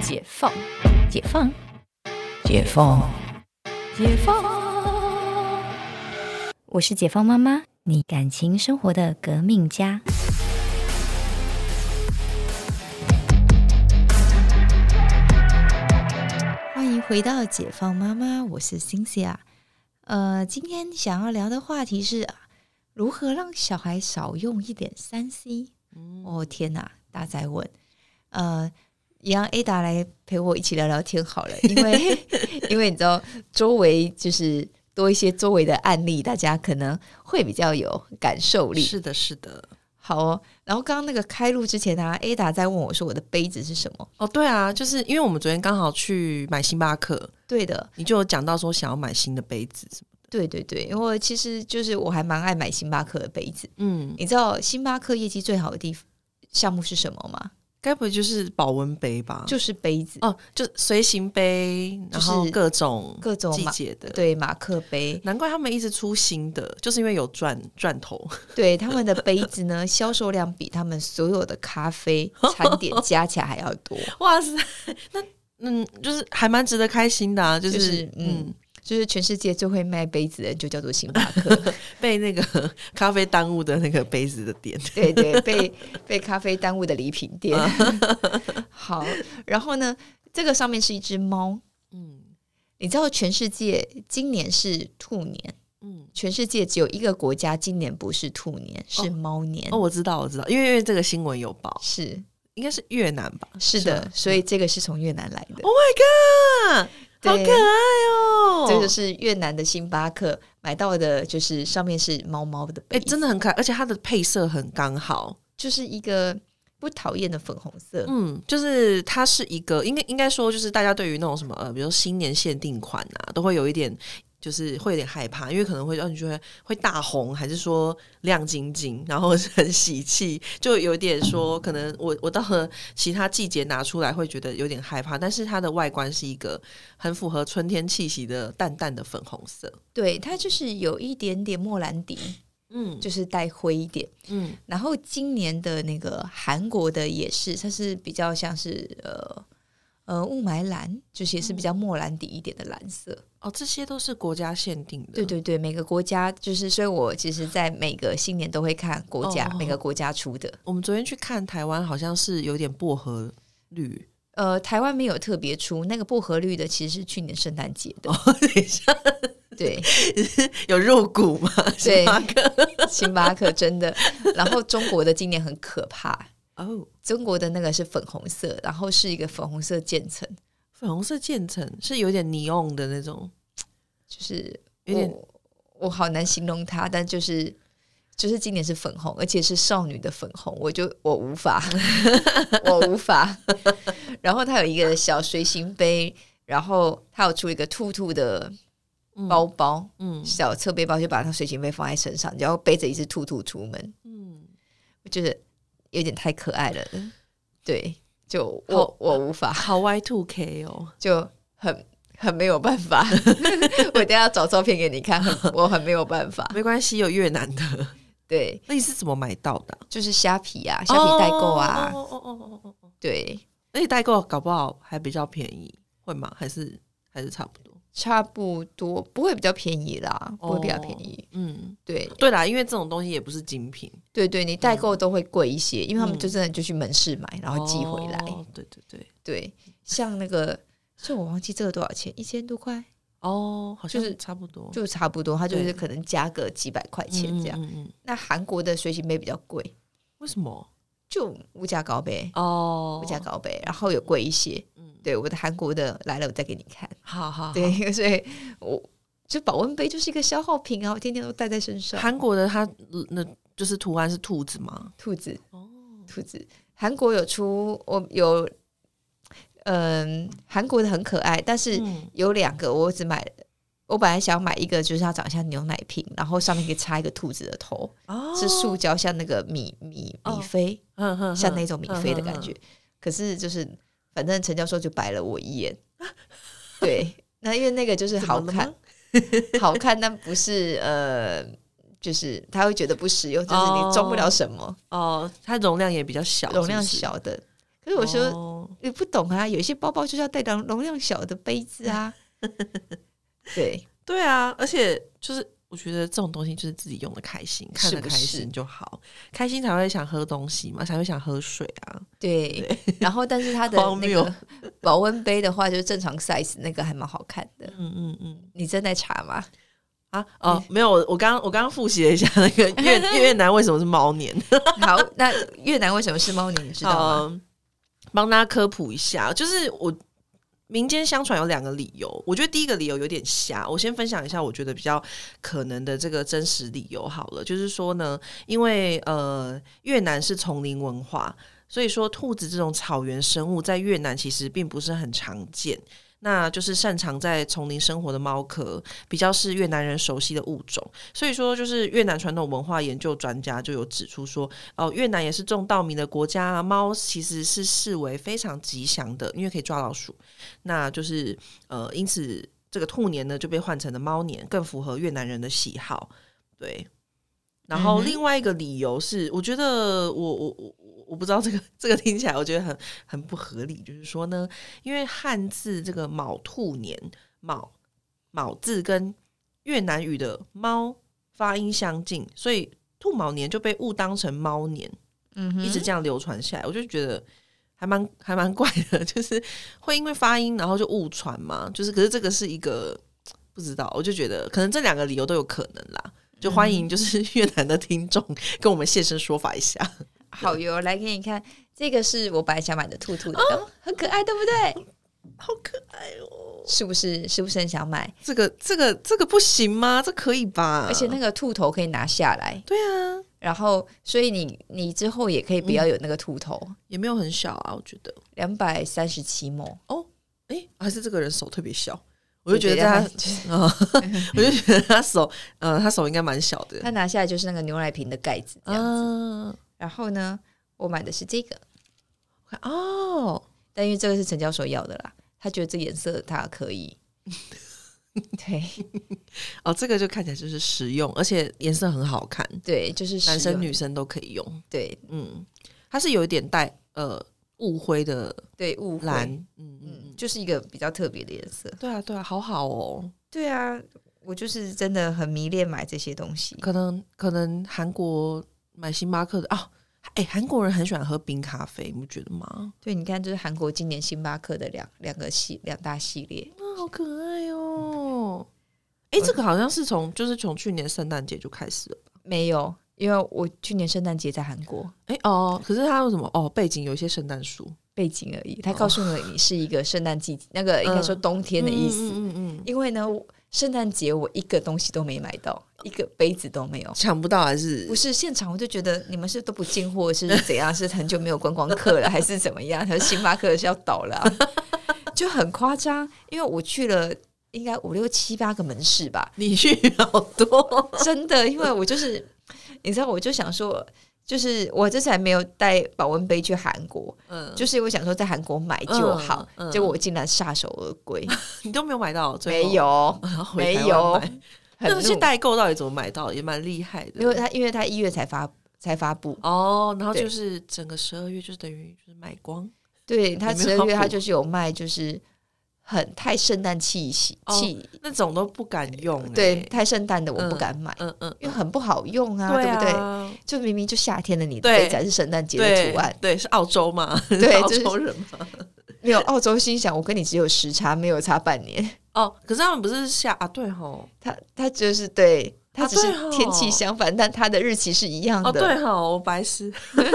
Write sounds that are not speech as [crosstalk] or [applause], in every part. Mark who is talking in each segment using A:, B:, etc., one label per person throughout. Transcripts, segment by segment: A: 解放，解放，解放，解放。
B: 我是解放妈妈，你感情生活的革命家。
C: 欢迎回到解放妈妈，我是 Cynthia。呃，今天想要聊的话题是啊如何让小孩少用一点三 C。哦天哪，大宅问，呃，也让 Ada 来陪我一起聊聊天好了，因为因为你知道，周围就是多一些周围的案例，大家可能会比较有感受力。
D: 是的，是的。
C: 好哦，然后刚刚那个开录之前啊，Ada 在问我说我的杯子是什么？
D: 哦，对啊，就是因为我们昨天刚好去买星巴克，
C: 对的，
D: 你就有讲到说想要买新的杯子什么。
C: 对对对，因为其实就是我还蛮爱买星巴克的杯子。
D: 嗯，
C: 你知道星巴克业绩最好的地项目是什么吗？
D: 该不会就是保温杯吧？
C: 就是杯子，
D: 嗯哦，就随行杯，
C: 就
D: 然
C: 是
D: 后各种
C: 各种
D: 季
C: 马
D: 节的。，
C: 对马克杯，
D: 难怪他们一直出新的，就是因为有赚赚
C: [laughs]
D: 头。
C: 对他们的杯子呢，销售量比他们所有的咖
D: [laughs]
C: 啡餐点加起来还要多。
D: 哇塞，那嗯，就是还蛮值得开心的啊，就是、
C: 就是嗯
D: 嗯
C: 就是全世界最会卖杯子的人就叫做星巴克，
D: 被那个 [laughs] 咖啡耽误的那个杯子的店。
C: 对
D: [laughs]
C: 对，被被咖啡耽误的礼品店。好，然后呢，这个上面是一只猫，
D: 嗯
C: 你知道全世界今年是兔年，
D: 嗯，
C: 全世界只有一个国家今年不是兔年，是
D: 哦
C: 猫年。
D: 哦，我知道，我知道，因为因为这个新闻有报，
C: 是
D: 应该是啊越南吧？
C: 是
D: 吧
C: 的，所以这个是从越南来的，
D: Oh my god！好
C: 对
D: 可爱哦！
C: 这就是越南的星巴克买到的，就是上面是猫猫的杯
D: 哎、
C: 子，
D: 真的很可爱，而且它的配色很刚好。
C: 就是一个不讨厌的粉红色。
D: 嗯，就是它是一个，应该应该说，就是大家对于那种什么呃，比如说新年限定款啊，都会有一点。就是会有点害怕，因为可能会哦让你觉得会大红，还是说亮晶晶，然后是很喜气， [laughs] 就有点说可能我我到了其他季节拿出来会觉得有点害怕，但是它的外观是一个很符合春天气息的淡淡的粉红色。
C: 对，它就是有一点点莫兰迪，
D: 嗯
C: 就是带灰一点。
D: 嗯
C: 然后今年的那个韩国的也是，它是比较像是呃呃雾霾蓝，就是也是比
D: 嗯
C: 较莫兰迪一点的蓝色。
D: 哦，这些都是国家限定的。
C: 对对对，每个国家就是，所以我其实，在每个新年都会看国家、
D: 哦
C: 每个国家出的。
D: 我们昨天去看台湾，好像是有点薄荷绿。
C: 呃，台湾没有特别出那个薄荷绿的，其实是去年圣诞节的。
D: 哦等一下，
C: 对， [laughs]
D: 有入股吗？ [laughs]
C: 对
D: 星巴克。
C: 星巴克真的。然后中国的今年很可怕，
D: 哦，
C: 中国的那个是粉红色，然后是一个粉红色渐层，
D: 粉红色渐层是有点尼用的那种，
C: 就是
D: 有点
C: 我我好难形容它，但就是就是今年是粉红，而且是少女的粉红，我就我无法， [laughs] 我无法。然后它有一个小随行杯，然后它有出一个兔兔的包包，
D: 嗯
C: 小侧背包，就把它随行杯放在身上，然后背着一只兔兔出门，
D: 嗯，
C: 我觉得有点太可爱了。对，就
D: 好
C: 我我无法。
D: 好 Y two K 哦，
C: 就很很没有办法。 [laughs] 我等一下找照片给你看，很我很没有办法。
D: 没关系，有越南的。
C: 对，
D: 那你是怎么买到的啊？
C: 就是虾皮啊，虾皮代购啊，
D: 哦哦哦哦哦哦哦，
C: 对，
D: 而且代购搞不好还比较便宜，会吗？还是还是差不多？
C: 差不多不会比较便宜啦，不会比较便宜。
D: 哦。嗯，
C: 对
D: 对啦，因为这种东西也不是精品，
C: 对对，你代购都会贵一些，因为他们
D: 嗯
C: 就真的就去门市买，然后寄回来。
D: 哦对对对，
C: 对，像那个。就我忘记这个多少钱，一千多块
D: 哦，好
C: 就
D: 像
C: 是
D: 差不多，
C: 就差不多，它就是
D: 对
C: 可能加个几百块钱这样。
D: 嗯嗯嗯嗯
C: 那韩国的随行杯比较贵，
D: 为什么？
C: 就物价高呗，
D: 哦
C: 物价高呗，然后有贵一些。
D: 嗯，
C: 对，我的韩国的来了，我再给你看。
D: 好好哦好。
C: 对， [laughs] 所以我就保温杯就是一个消耗品啊，我天天都带在身上。
D: 韩国的它呃那就是图案是兔子吗？
C: 兔子，
D: 哦，
C: 兔子，韩国有出，我有，嗯，韩国的很可爱，但是
D: 嗯
C: 有两个我只买。我本来想买一个，就是它长得像牛奶瓶，然后上面可以插一个兔子的头，
D: 哦
C: 是塑，胶，像那个米米
D: 哦
C: 米菲，
D: 哼哼嗯
C: 像那
D: 哼
C: 种米菲的感觉。可是就是，反正陈教授就白了我一
D: [laughs]
C: 眼。对，那因为那个就是
D: 怎么
C: 好
D: 了
C: 看
D: 吗，
C: [laughs] 好看，但不是呃，就是他会觉得不实用，就是哦你装不了什么，
D: 哦，它容量也比较小，
C: 容量
D: 是不是
C: 小的。可是我说，
D: 哦
C: 也不懂啊，有一些包包就是要带容容量小的杯子 [laughs] 啊。对，
D: 对啊，而且就是我觉得这种东西就是自己用的开心，看
C: 是
D: 着
C: 不
D: 开
C: 是
D: 心就好，开心才会想喝东西嘛，才会想喝水啊。
C: 对，然后但是它的
D: 荒
C: 那
D: 谬
C: 个保温杯的话，就是正常 size 那个还蛮好看的。
D: 嗯嗯嗯。
C: 你正在查吗？
D: 啊哦，没有，我刚我刚刚复习了一下那个 [laughs] 越越南为什么是猫年，
C: 好， [laughs] 那越南为什么是猫年？你知道吗？
D: 嗯，帮大家科普一下，就是我民间相传有两个理由，我觉得第一个理由有点瞎，我先分享一下我觉得比较可能的这个真实理由好了，就是说呢，因为呃越南是丛林文化，所以说兔子这种草原生物在越南其实并不是很常见。那就是擅长在丛林生活的猫科，比较是越南人熟悉的物种。所以说，就是越南传统文化研究专家就有指出说，哦，越南也是种稻米的国家啊，猫其实是视为非常吉祥的，因为可以抓老鼠。那就是呃，因此这个兔年呢就被换成了猫年，更符合越南人的喜好。对，然后
C: 嗯哼
D: 另外一个理由是，我觉得我我我我我不知道这个这个听起来我觉得很很不合理，就是说呢，因为汉字这个卯兔年卯卯字跟越南语的猫发音相近，所以兔卯年就被误当成猫年，
C: 嗯哼
D: 一直这样流传下来，我就觉得还蛮还蛮怪的， [laughs] 就是会因为发音然后就误传嘛，就是可是这个是一个不知道，我就觉得可能这两个理由都有可能啦。就欢迎就是越南的听众 [laughs] 跟我们现身说法一下，
C: 好哟，来给你看，这个是我本来想买的兔兔的，哦很可爱，对不对？
D: 好可爱哦！
C: 是不是？是不是很想买？
D: 这个这个这个不行吗？这可以吧？
C: 而且那个兔头可以拿下来，
D: 对啊，
C: 然后所以你你之后也可以不要有那个兔头，
D: 也没有很小啊，我觉得。
C: 两百三十七毛。
D: 哎、还是这个人手特别小，我就
C: 就
D: 觉
C: 觉
D: 得
C: 得
D: 他
C: 他，
D: [laughs] 嗯我就觉得他手，呃，他手应该蛮小的
C: 它。拿下来就是那个牛奶瓶的盖子这样子。
D: 啊，
C: 然后呢，我买的是这个，
D: 哦，
C: 但因为这个是陈教授要的啦，他觉得这颜色它可 [laughs] 以。对
D: 哦，这个就看起来就是实用，而且颜色很好看，
C: 对，就是啊
D: 男
C: 实
D: 生
C: 用
D: 女生都可以用。
C: 对
D: 嗯，它是有一点带呃雾灰的
C: 对雾灰
D: 蓝，嗯嗯
C: 嗯，
D: 嗯，
C: 就是一个比较特别的颜色。
D: 对啊对啊，好好哦。
C: 对啊，我就是真的很迷恋买这些东西。
D: 可能可能韩国买星巴克的啊，哎、韩国人很喜欢喝冰咖啡，你不觉得吗？
C: 对，你看，就是韩国今年星巴克的两两个系两大系列，
D: 啊，好可爱哦！哎、这个好像是从就是从去年圣诞节就开始了。
C: 没有，因为我去年圣诞节在韩国，
D: 哎、哦，可是它有什么？哦，背景有一些圣诞树，
C: 背景而已。他告诉了你是一个圣诞季，那个应该说冬天的意思。
D: 嗯嗯 [laughs] 嗯嗯，
C: 因为呢，我圣诞节我一个东西都没买到，一个杯子都没有。
D: 抢不到还是
C: 不是现场，我就觉得你们是都不进货，是怎样？是很久没有观光客了，还是怎么样？还是星巴克是要倒了啊、就很夸张。因为我去了应该五六七八个门市吧，
D: 你去好多？
C: 真的，因为我就是你知道，我就想说，就是我这次还没有带保温杯去韩国，
D: 嗯，
C: 就是我想说在韩国买就好，
D: 嗯嗯
C: 结果我竟然撒手而归，
D: [laughs] 你都没有买到， [laughs] 最后
C: 没，有，
D: 然后回
C: 没
D: 台湾
C: 有
D: 买，
C: [laughs] 很
D: 那些
C: 怒，
D: 代购到底怎么买到？也蛮厉害
C: 因为
D: 的。
C: 他因为他一月才发才发布，
D: 哦，然后
C: 对
D: 就是整个十二月就是等于就是买光。
C: 对他
D: 哦你没
C: 十
D: 有
C: 二月他
D: 补
C: 就是有卖，就是很太圣诞气息
D: 哦
C: 气，
D: 那种都不敢用、欸。
C: 对，太圣诞的我不敢买，
D: 嗯嗯，
C: 因为很不好用啊，
D: 对
C: 不对？
D: 啊，
C: 就明明就夏天的你的
D: 对
C: 杯子还是圣诞节的
D: 对
C: 图案，
D: 对，是澳洲嘛？ [laughs]
C: 对
D: 澳
C: 就是
D: 洲人嘛。
C: 没有澳洲心想，我跟你只有时差，没有差半年。
D: 哦，可是他们不是下啊？对吼，
C: 他他就是对他
D: 啊
C: 只是
D: 对哦
C: 天气相反，但他的日期是一样
D: 哦
C: 的，
D: 对吼，我白痴。 [laughs]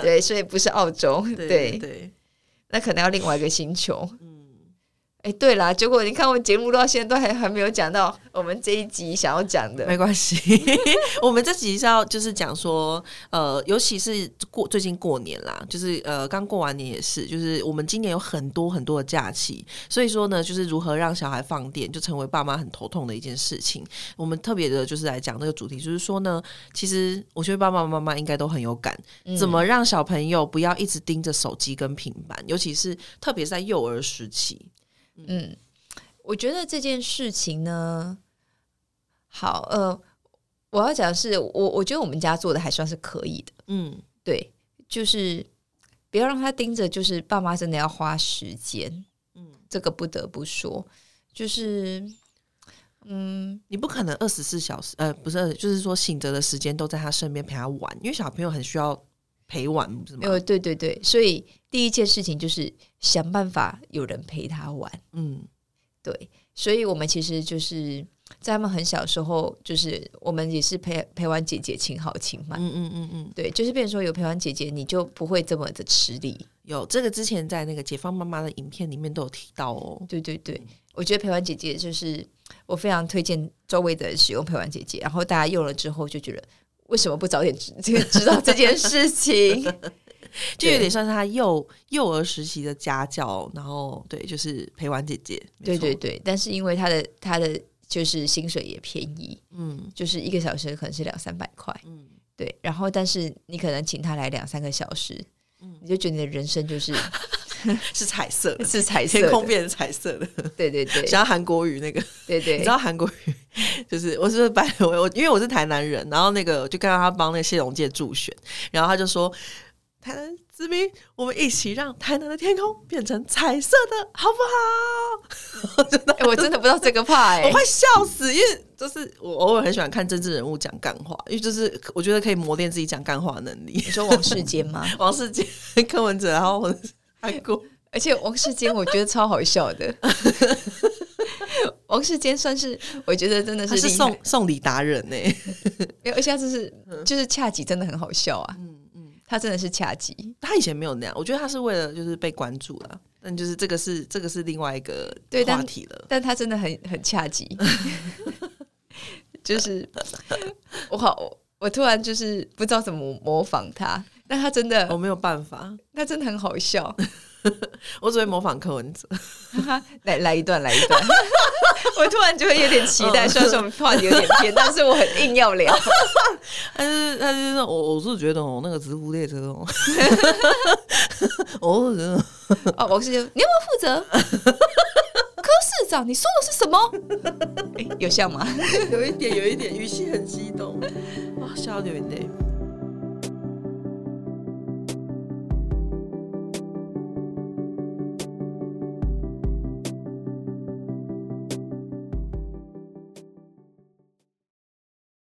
C: 对所以不是澳洲，对
D: 对对，
C: 那可能要另外一个星球。
D: 嗯，
C: 哎，对啦，结果你看我节目录到现在都还还没有讲到我们这一集想要讲的
D: 没，关系。 [laughs] 我们这集是要就是讲说，呃，尤其是过最近过年啦，就是呃刚过完年也是，就是我们今年有很多很多的假期，所以说呢，就是如何让小孩放电，就成为爸妈很头痛的一件事情。我们特别的就是来讲这个主题，就是说呢，其实我觉得爸爸妈妈应该都很有感，
C: 嗯
D: 怎么让小朋友不要一直盯着手机跟平板，尤其是特别是在幼儿时期。
C: 嗯，我觉得这件事情呢，好，呃，我要嗯讲的是我我觉得我们家做的还算是可以的，
D: 嗯
C: 对，就是不要让他盯着，就是爸妈真的要花时间，嗯，这个不得不说，就是嗯，
D: 你不可能二十四小时，呃，不是20，就是说醒着的时间都在他身边陪他玩，因为小朋友很需要陪玩，不是吗？
C: 呃，对对对，所以第一件事情就是想办法有人陪他玩，
D: 嗯，
C: 对，所以我们其实就是在他们很小的时候，就是我们也是陪陪玩姐姐亲好亲满，
D: 嗯嗯嗯嗯，
C: 对，就是变成说有陪玩姐姐，你就不会这么的吃力，
D: 有这个之前在那个解放妈妈的影片里面都有提到哦。
C: 对对对，我觉得陪玩姐姐就是我非常推荐周围的人使用陪玩姐姐，然后大家用了之后就觉得为什么不早点知这个知道这件事情？ [laughs]
D: 就有点像是他幼幼儿时期的家教，然后对，就是陪玩姐姐，没
C: 对
D: 错
C: 对，对，但是因为他的他的就是薪水也便宜，
D: 嗯
C: 就是一个小时可能是两三百块，
D: 嗯，
C: 对，然后但是你可能请他来两三个小时，
D: 嗯
C: 你就觉得你的人生就是
D: [laughs] 是彩色的，
C: 是彩色
D: 天空
C: 的，
D: 变成彩色的，
C: 对对
D: [laughs]
C: 对
D: 像韩国语那个，
C: 对对，
D: 你知道韩国语就是我是白我我因为我是台南人，然后那个就看到他帮那个谢荣介助选，然后他就说台南之滨，我们一起让台南的天空变成彩色的，好不好？我真的
C: 哎、我真的不知道这个怕哎、
D: [laughs] 我快笑死，因为就是我偶尔很喜欢看政治人物讲干话，因为就是我觉得可以磨练自己讲干话的能力 [laughs]
C: 你。说王世坚吗？
D: 王世坚、柯文哲，然后或者是韩
C: [laughs]
D: 国，
C: 而且王世坚我觉得超好笑的， [laughs] 王世坚算是我觉得真的
D: 他
C: 是
D: 是
C: 厉害
D: 送，送礼达人呢、
C: 没有而且他就是就是恰吉真的很好笑啊，
D: 嗯嗯，
C: 他真的是恰吉，
D: 他以前没有那样，我觉得他是为了就是被关注了，但就是这个是这个是另外一个
C: 对但
D: 话题了。
C: 但他真的很很恰吉， [laughs] 就是我好我我突然就是不知道怎么模仿他，但他真
D: [laughs] 我
C: 的
D: 没有办法，
C: 他真的很好笑， [laughs]
D: 我只会模仿柯 [laughs] 文哲。
C: 来来一段来 [laughs] 一段，我突然就会有点期待，虽然说我们话题有点偏，但是我很硬要聊。 [laughs]
D: 但是但是我我是觉得哦，那个直呼列车 [laughs] 哦，我是觉得
C: 哦，王世坚，你要不要负责？柯市长，你说的是什么？ [laughs] 诶有像吗？
D: 有一点有一点语气很激动，哇，笑到流眼泪。